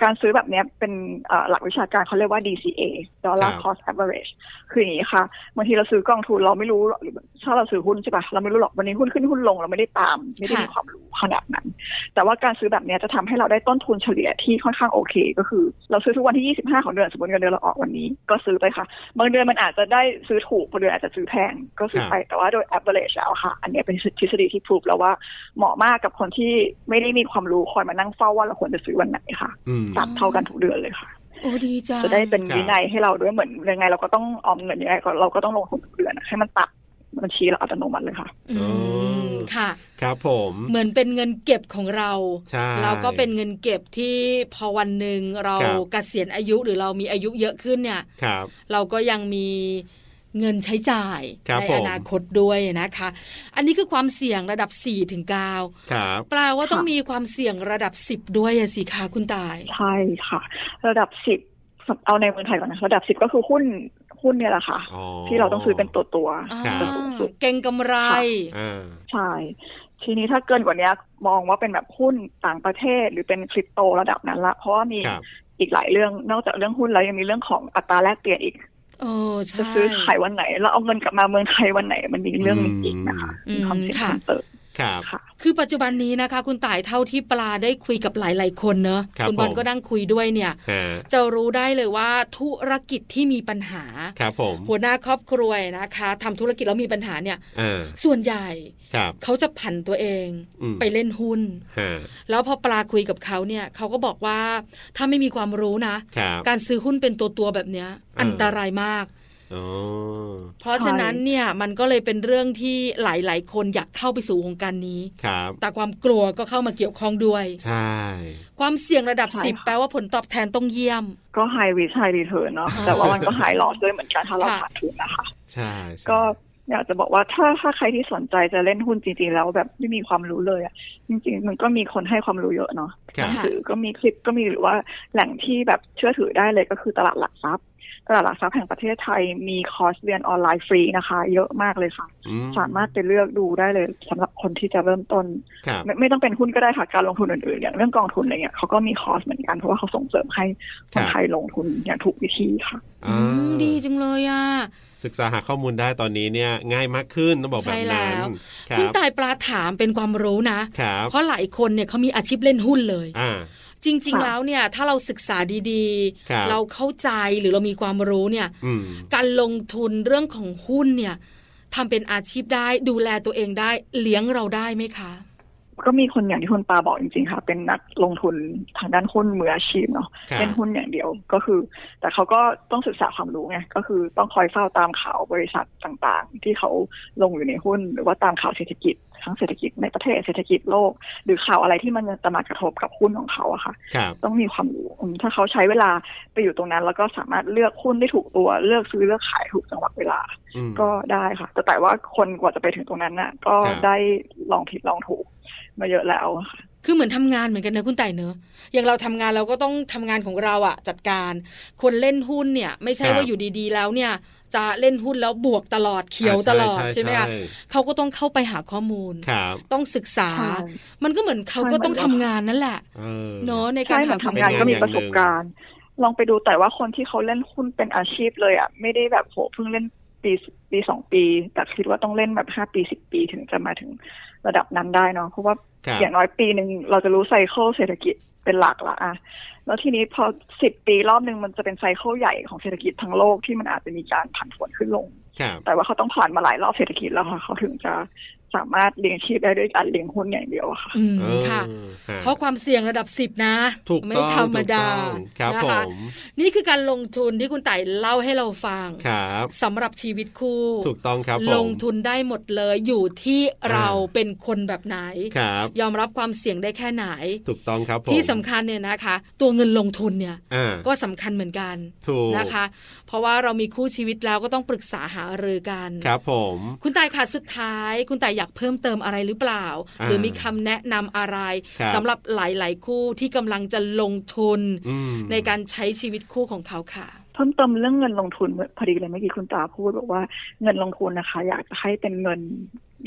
E: การซื้อแบบเนี้ยเป็นเอ่อหลักวิชาการเขาเรียกว่า DCA dollar cost average คืออย่างนี้ค่ะบางทีเราซื้อกองทุนเราไม่รู้หรอกหรือถ้าเราซื้อหุ้นใช่ปะเราไม่รู้หรอกวันนี้หุ้นขึ้นหุ้นลงเราไม่ได้ตามไม่ได้มี
A: ค่ะ
E: ความรู้ขนาดนั้น แต่ว่าการซื้อแบบเนี้ยจะทำให้เราได้ต้นทุนเฉลี่ยที่ค่อนข้างโอเค ก็คือ เราซื้อทุกวันที่ 25 ของเดือนสมมติเงินเดือนเราออกวันนี้ก็ซื้อไปค่ะ บางเดือนมันอาจจะได้ซื้อถูกบางเดือนอาจจะซื้อแพงก็ซื้อไปแต่ว่าโดย average แล้วค่ะ อันเนี้ยเป็นทฤษฎีที่พูดแล้วว่าเหมาะมากกับคนที่ไม่ได้มีความรู้คอยมานั่งเฝ้าว่าเราควรจะซื้อวันไหนค่ะ
B: อืม
E: ตัดเท่ากันทุกเดือนเลยค่ะ
A: โอ้ดีจัง
E: จะได้เป็น
B: ครับ
E: วินัยให้เราด้วยเหมือนยังไง เราก็ต้องออมเงินยังไงก็เราก็ต้องลงทุนทุกเดือนอะให้มันตัดบัญชีเราอัตโนมัติเลยค่ะ
A: อืมค่ะ
B: ครับผม
A: เหมือนเป็นเงินเก็บของเรา
B: ใช่
A: เราก็เป็นเงินเก็บที่พอวันหนึ่งเรา
B: ครับ
A: เกษียณอายุหรือเรามีอายุเยอะขึ้นเนี่ย
B: ครับ
A: เราก็ยังมีเงินใช้จ่าย
B: ครับ
A: ใน
B: ผม
A: อนาคตด้วยนะคะ อันนี้คือความเสี่ยงระดับ4ถึง9
B: ครับ
A: แปลว่าต้อง
E: ค่ะ
A: มีความเสี่ยงระดับ 10 ด้วยอะสิคะคุณตาย
E: ใช่ค่ะ ระดับสิบเอาในเมืองไทยก่อนนะระดับสิบก็คือหุ้นหุ้นเนี่ยแหละค่ะ
B: อ๋อ
E: ที่เราต้องซื้อเป็นตัวตัวๆ
A: อ่า
B: ครับ
A: เก่งกำไร
B: อ่า
E: ใช่ ทีนี้ถ้าเกินกว่านี้มองว่าเป็นแบบหุ้นต่างประเทศหรือเป็นคริปโตระดับนั้นละ เพราะว่ามี
B: ครับ
E: อีกหลายเรื่องนอกจากเรื่องหุ้นแล้วยังมีเรื่องของอัตราแลกเปลี่ยนอีก
A: เออใช่
E: จะซื้อขายวันไหน แล้วเอาเงินกลับมาเมืองไทยวันไหน มันมีเรื่องนี้อีกนะคะ
A: อืม
E: มีความเสี่ยง
A: ค่ะ
E: เพิ่มเติม
B: ครับ
E: ค่ะ
A: คือปัจจุบันนี้นะคะ คุณต่ายเท่าที่ปลาได้คุยกับหลาย ๆ คนเนอะ
B: ครับ
A: คุณบอล
B: ผม
A: ก็นั่งคุยด้วยเนี่ย
B: ฮะ
A: จะรู้ได้เลยว่าธุรกิจที่มีปัญหา
B: ครับผม
A: หัวหน้าครอบครัวนะคะทำธุรกิจแล้วมีปัญหาเนี่ย
B: อ่า
A: ส่วนใหญ่
B: ครับ
A: เขาจะผันตัวเอง
B: อืม
A: ไปเล่นหุ้น
B: ฮะ
A: แล้วพอปลาคุยกับเขาเนี่ยเขาก็บอกว่าถ้าไม่มีความรู้นะ
B: ครับ
A: การซื้อหุ้นเป็นตัวตัวๆแบบเนี้ย
B: อ่า
A: อันตรายมาก
B: อ๋อ
A: เพราะฉะนั้นเนี่ยมันก็เลยเป็นเรื่องที่หลาย ๆ คนอยากเข้าไปสู่วงการนี้
B: ครับ
A: แต่ความกลัวก็เข้ามาเกี่ยวข้องด้วย
B: ใช่
A: ความเสี่ยงระดับ
E: ใช่
A: 10
E: ค่ะ
A: แปลว่าผลตอบแทนต้องเยี่ยม
E: ก็ high risk high return เนาะ
A: อ่า
E: แต่ว่ามันก็ high loss ด้วยเหมือนกันถ้าเรา
A: ค่ะ
E: ขาดทุนนะคะ
B: ใช่ใช่
E: ก็อยากจะบอกว่าถ้าถ้าใครที่สนใจจะเล่นหุ้นจริงๆ แล้วแบบไม่มีความรู้เลยอะจริงๆ มันก็มีคนให้ความรู้เยอะเนาะ
B: ครับ
A: ค่ะ
E: หรือก็มีคลิปก็มีหรือว่าแหล่งที่แบบเชื่อถือได้เลยก็คือตลาดหลักทรัพย์ ตลาดหลักทรัพย์แห่งประเทศไทยมีคอร์สเรียนออนไลน์ฟรีนะคะ เยอะมากเลยค่ะ
B: อื
E: สามารถไปเลือกดูได้เลยสำหรับคนที่จะเริ่มต้น
B: ครับ
E: ไม่ไม่ต้องเป็นหุ้นก็ได้ค่ะการลงทุนอื่นๆ อย่างเรื่องกองทุนอะไรเงี้ยเขาก็มีคอร์สเหมือนกันเพราะว่าเขาส่งเสริมให้คนไทยลงทุนอย่างถูกวิธีค่ะ
A: อืมดีจังเลยอ่ะ
B: ศึกษาหาข้อมูลได้ตอนนี้เนี่ยง่ายมากขึ้นต้องบอกแบบ
A: ใช่แล้
B: นั้
A: ว
B: นครั
A: คุณ
B: บ
A: ตายปลาถามเป็นความรู้นะ
B: ครับ
A: เพราะหลายคนเนี่ยเขามีอาชีพเล่นหุ้นเลย
B: อ่า
A: จริง ๆ
E: ค่ะ
A: แล้วเนี่ยถ้าเราศึกษาดี
B: ครับ
A: ๆ เราเข้าใจหรือเรามีความรู้เนี่ย
B: อืม
A: การลงทุนเรื่องของหุ้นเนี่ยทำเป็นอาชีพได้ดูแลตัวเองได้เลี้ยงเราได้ไหมคะ
E: ก็มีคนอย่างที่คุณปาบอกจริงๆค่ะ เป็นนักลงทุนทางด้านหุ้นมืออาชีพเนาะ
B: ครับ
E: เล่นหุ้นอย่างเดียวก็คือ แต่เขาก็ต้องศึกษาความรู้ไงก็คือต้องคอยเฝ้าตามข่าวบริษัทต่างๆ ที่เขาลงอยู่ในหุ้น หรือว่าตามข่าวเศรษฐกิจทั้งเศรษฐกิจในประเทศเศรษฐกิจโลก หรือข่าวอะไรที่มันจะมากระทบกับหุ้นของเขาอะค่ะ
B: ครับ
E: ต้องมีความรู้อืมถ้าเขาใช้เวลาไปอยู่ตรงนั้น แล้วก็สามารถเลือกหุ้นได้ถูกตัวเลือกซื้อเลือกขายถูกจังหวะเวลา
B: อืม
E: ก็ได้ค่ะ แต่แต่ว่าคนกว่าจะไปถึงตรงนั้นน่ะ ก็
B: ครับ
E: ได้ลองผิดลองถูกมาเยอะแล้วอะค่ะ
A: คือเหมือนทำงานเหมือนกันเนอะคุณไต่เนอะอย่างเราทำงานเราก็ต้องทำงานของเราอะจัดการ คนเล่นหุ้นเนี่ย ไม่ใช่
B: ครับ
A: ว่าอยู่ดีๆ แล้วเนี่ย จะเล่นหุ้นแล้วบวกตลอดเขียวตลอดใช่ไหมคะเขาก็ต้องเข้าไปหาข้อมูล
B: ครับ
A: ต้องศึกษา
E: ใช่
A: มันก็เหมือนเขาก็
E: ใช่มัน
A: ต้องทำงานนั่นแหละ
B: เออ
A: เนอะในการ
E: ใช่เห
A: หา
E: มื
A: ความ
E: อนทำงาน
A: รู้
E: ก็มี
B: อย่ง
E: ประสบการณ์ ลองไปดูแต่ว่าคนที่เขาเล่นหุ้นเป็นอาชีพเลยอ่ะไม่ได้แบบโหเพิ่งเล่นปีปีสองปี แต่คิดว่าต้องเล่นแบบห้าปีสิบปีถึงจะมาถึงระดับนั้นได้เนาะเพราะว่า
B: ครับ
E: อย่างน้อยปีหนึ่งเราจะรู้ไซเคิลเศรษฐกิจเป็นหลักละอะแล้วทีนี้พอสิบปีรอบหนึ่งมันจะเป็นไซเคิลใหญ่ของเศรษฐกิจทั้งโลกที่มันอาจจะมีการผันผวนขึ้นลง
B: ครับ
E: แต่ว่าเขาต้องผ่านมาหลายรอบเศรษฐกิจแล้วค่ะเขาถึงจะสามารถเลี้ยงชีพได้ด้วยการเลี้ยงหุ้นอย่างเดียวอะค่ะ
A: อืม
B: เออ
A: ค่ะ
B: ฮ
A: เพราะความเสี่ยงระดับ 10 นะ
B: ถูก
A: ไม่
B: ต้อง
A: ธรรมดา
B: ถูกต้องครับ
A: นะ
B: ผ
A: คะ
B: ม
A: นี่คือการลงทุนที่คุณไต่เล่าให้เราฟัง
B: ครับ
A: สำหรับชีวิตคู่
B: ถูกต้องครับผม
A: ลงทุนได้หมดเลยอยู่ที่เรา
B: อ่า
A: เป็นคนแบบไหน
B: ครับ
A: ยอมรับความเสี่ยงได้แค่ไหน
B: ถูกต้องครับผม
A: ที่สำคัญเนี่ยนะคะ ตัวเงินลงทุนเนี่ย
B: อ่า
A: ก็สำคัญเหมือนกัน
B: ถูก
A: นะคะ เพราะว่าเรามีคู่ชีวิตแล้วก็ต้องปรึกษาหารือกัน
B: ครับผม
A: คุณตายค่ะสุดท้าย คุณตายอยากเพิ่มเติมอะไรหรือเปล่าห
B: อ่า
A: รือมีคำแนะนำอะไร
B: ครับ
A: สำหรับหลาย ๆ คู่ที่กำลังจะลงทุน
B: อืม
A: ในการใช้ชีวิตคู่ของเขาค่ะ
E: เพิ่มเติมเรื่องเงินลงทุนพอดีเลยเมื่อกี้คุณตาพูดบอกว่าเงินลงทุนนะคะ อยากจะให้เป็นเงิน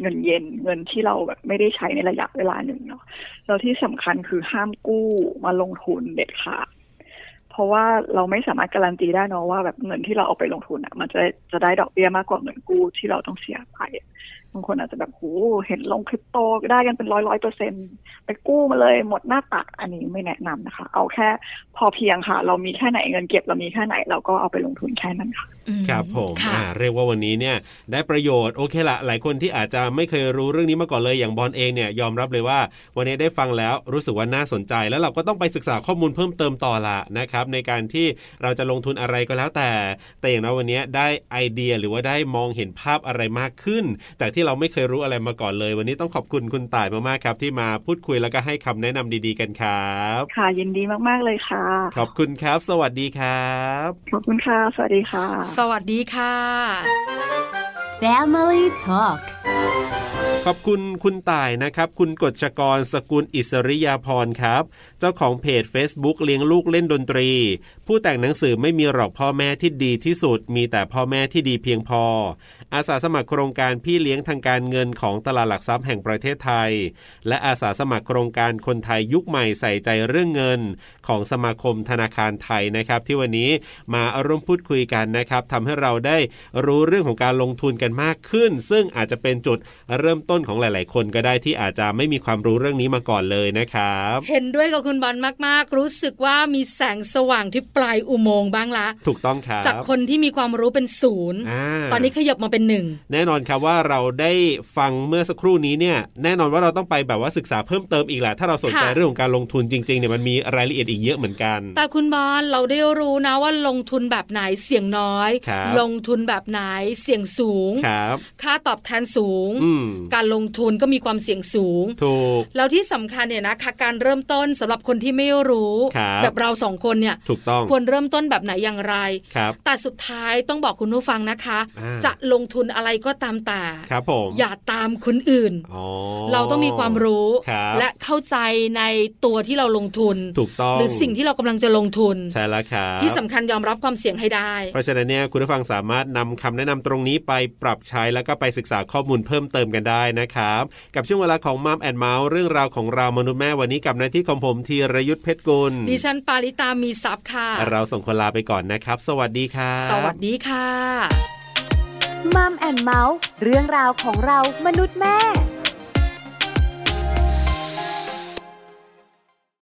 E: เงินเย็น เงินที่เราแบบไม่ได้ใช้ในระยะเวลาหนึ่งเนาะแล้วที่สำคัญคือห้ามกู้มาลงทุนเด็ดขาดเพราะว่าเราไม่สามารถการันตีได้เนาะว่าแบบเงินที่เราเอาไปลงทุนอ่ะ มันจะจะได้ดอกเบี้ยมากกว่าเงินกู้ที่เราต้องเสียไปบางคนอาจจะแบบโหเห็นลงคริปโตได้กันเป็นร้อยร้อยเปอร์เซ็นไปกู้มาเลยหมดหน้าตักอันนี้ไม่แนะนำนะคะ เอาแค่ พอเพียงค่ะ เรามีแค่ไหนเงินเก็บเรามีแค่ไหนเราก็เอาไปลงทุนแค่นั้นค่ะ
A: อื
B: ครับผม
A: ค่ะ
B: อ่าเรียกว่าวันนี้เนี่ยได้ประโยชน์โอเคละหลายคนที่อาจจะไม่เคยรู้เรื่องนี้มาก่อนเลยอย่างบอลเองเนี่ยยอมรับเลยว่า วันนี้ได้ฟังแล้วรู้สึกว่าน่าสนใจ แล้วเราก็ต้องไปศึกษาข้อมูลเพิ่มเติมต่อละนะครับในการที่เราจะลงทุนอะไรก็แล้วแต่ แต่อย่างน้อยวันนี้ได้ไอเดียหรือว่าได้มองเห็นภาพอะไรมากขึ้น จากที่เราไม่เคยรู้อะไรมาก่อนเลย วันนี้ต้องขอบคุณคุณต่ายมากๆครับที่มาพูดคุยแล้วก็ให้คำแนะนำดี ๆ กันครับ
E: ค่ะ ยินดีมากๆเลยค่ะ
B: ขอบคุณครับ สวัสดีครับ
E: ขอบคุณค่ะ สวัสดีค่ะ
A: สวัสดีค่ะ
D: Family Talk
B: ขอบคุณคุณต่ายนะครับ คุณกฎชกรสกุลอิสริยาพรครับ เจ้าของเพจ Facebook เลี้ยงลูกเล่นดนตรี ผู้แต่งหนังสือไม่มีหรอกพ่อแม่ที่ดีที่สุด มีแต่พ่อแม่ที่ดีเพียงพอ อาสาสมัครโครงการพี่เลี้ยงทางการเงินของตลาดหลักทรัพย์แห่งประเทศไทย และอาสาสมัครโครงการคนไทยยุคใหม่ใส่ใจเรื่องเงิน ของสมาคมธนาคารไทยนะครับ ที่วันนี้มาร่วมพูดคุยกันนะครับทำให้เราได้รู้เรื่องของการลงทุนกันมากขึ้น ซึ่งอาจจะเป็นจุดเริ่มต้นของหลาย ๆ คนก็ได้ที่อาจจะไม่มีความรู้เรื่องนี้มาก่อนเลยนะครับ
A: เห็นด้วยกับคุณบอลมากๆ รู้สึกว่ามีแสงสว่างที่ปลายอุโมงค์บ้างละ
B: ถูกต้องครับ
A: จากคนที่มีความรู้เป็นศูนย์
B: า
A: ตอนนี้ขยับมาเป็นหนึ่ง
B: แน่นอนครับว่าเราได้ฟังเมื่อสักครู่นี้เนี่ยแน่นอนว่าเราต้องไปแบบว่าศึกษาเพิ่มเติมอีกแหละถ้าเราสนใจ
A: ค่ะ
B: เรื่องของการลงทุนจริงๆเนี่ยมันมีรายละเอียดอีกเยอะเหมือนกัน
A: แต่คุณบอลเราได้รู้นะว่าลงทุนแบบไหนเสี่ยงน้อย
B: ครับ
A: ลงทุนแบบไหนเสี่ยงสูง
B: ครับ
A: ค่าตอบแทนสูง
B: อืม
A: การลงทุนก็มีความเสี่ยงสูง
B: ถูก
A: แล้วที่สำคัญเนี่ยนะคะการเริ่มต้นสำหรับคนที่ไม่รู้
B: ครับ
A: แบบเราสองคนเนี่ย
B: ถูกต้อง
A: ควรเริ่มต้นแบบไหนอย่างไร
B: ครับ
A: แต่สุดท้ายต้องบอกคุณผู้ฟังนะคะ
B: อ่า
A: จะลงทุนอะไรก็ตามแต่
B: ครับผม
A: อย่าตามคนอื่น
B: อ๋อ
A: เราต้องมีความรู้
B: ครับ
A: และเข้าใจในตัวที่เราลงทุน
B: ถูกต้อง
A: หรือสิ่งที่เรากำลังจะลงทุน
B: ใช่แล้วครับ
A: ที่สำคัญยอมรับความเสี่ยงให้ได้
B: เพราะฉะนั้นเนี่ยคุณผู้ฟังสามารถนำคำแนะนำตรงนี้ไปปรับใช้แล้วก็ไปศึกษาข้อมูลเพิ่มเติมกันได้นะครับ กับช่วงเวลาของมัมแอนเมาส์เรื่องราวของเรามนุษย์แม่วันนี้กับหน้าที่ของผมธีรยุทธเพชรกุล
A: ดิฉันปาริตามีซับค่ะ
B: เราส่งคนลาไปก่อนนะครับ สวัสดีครับ
A: สวัสดีค่ะ
D: มัมแอนเมาส์เรื่องราวของเรามนุษย์แม่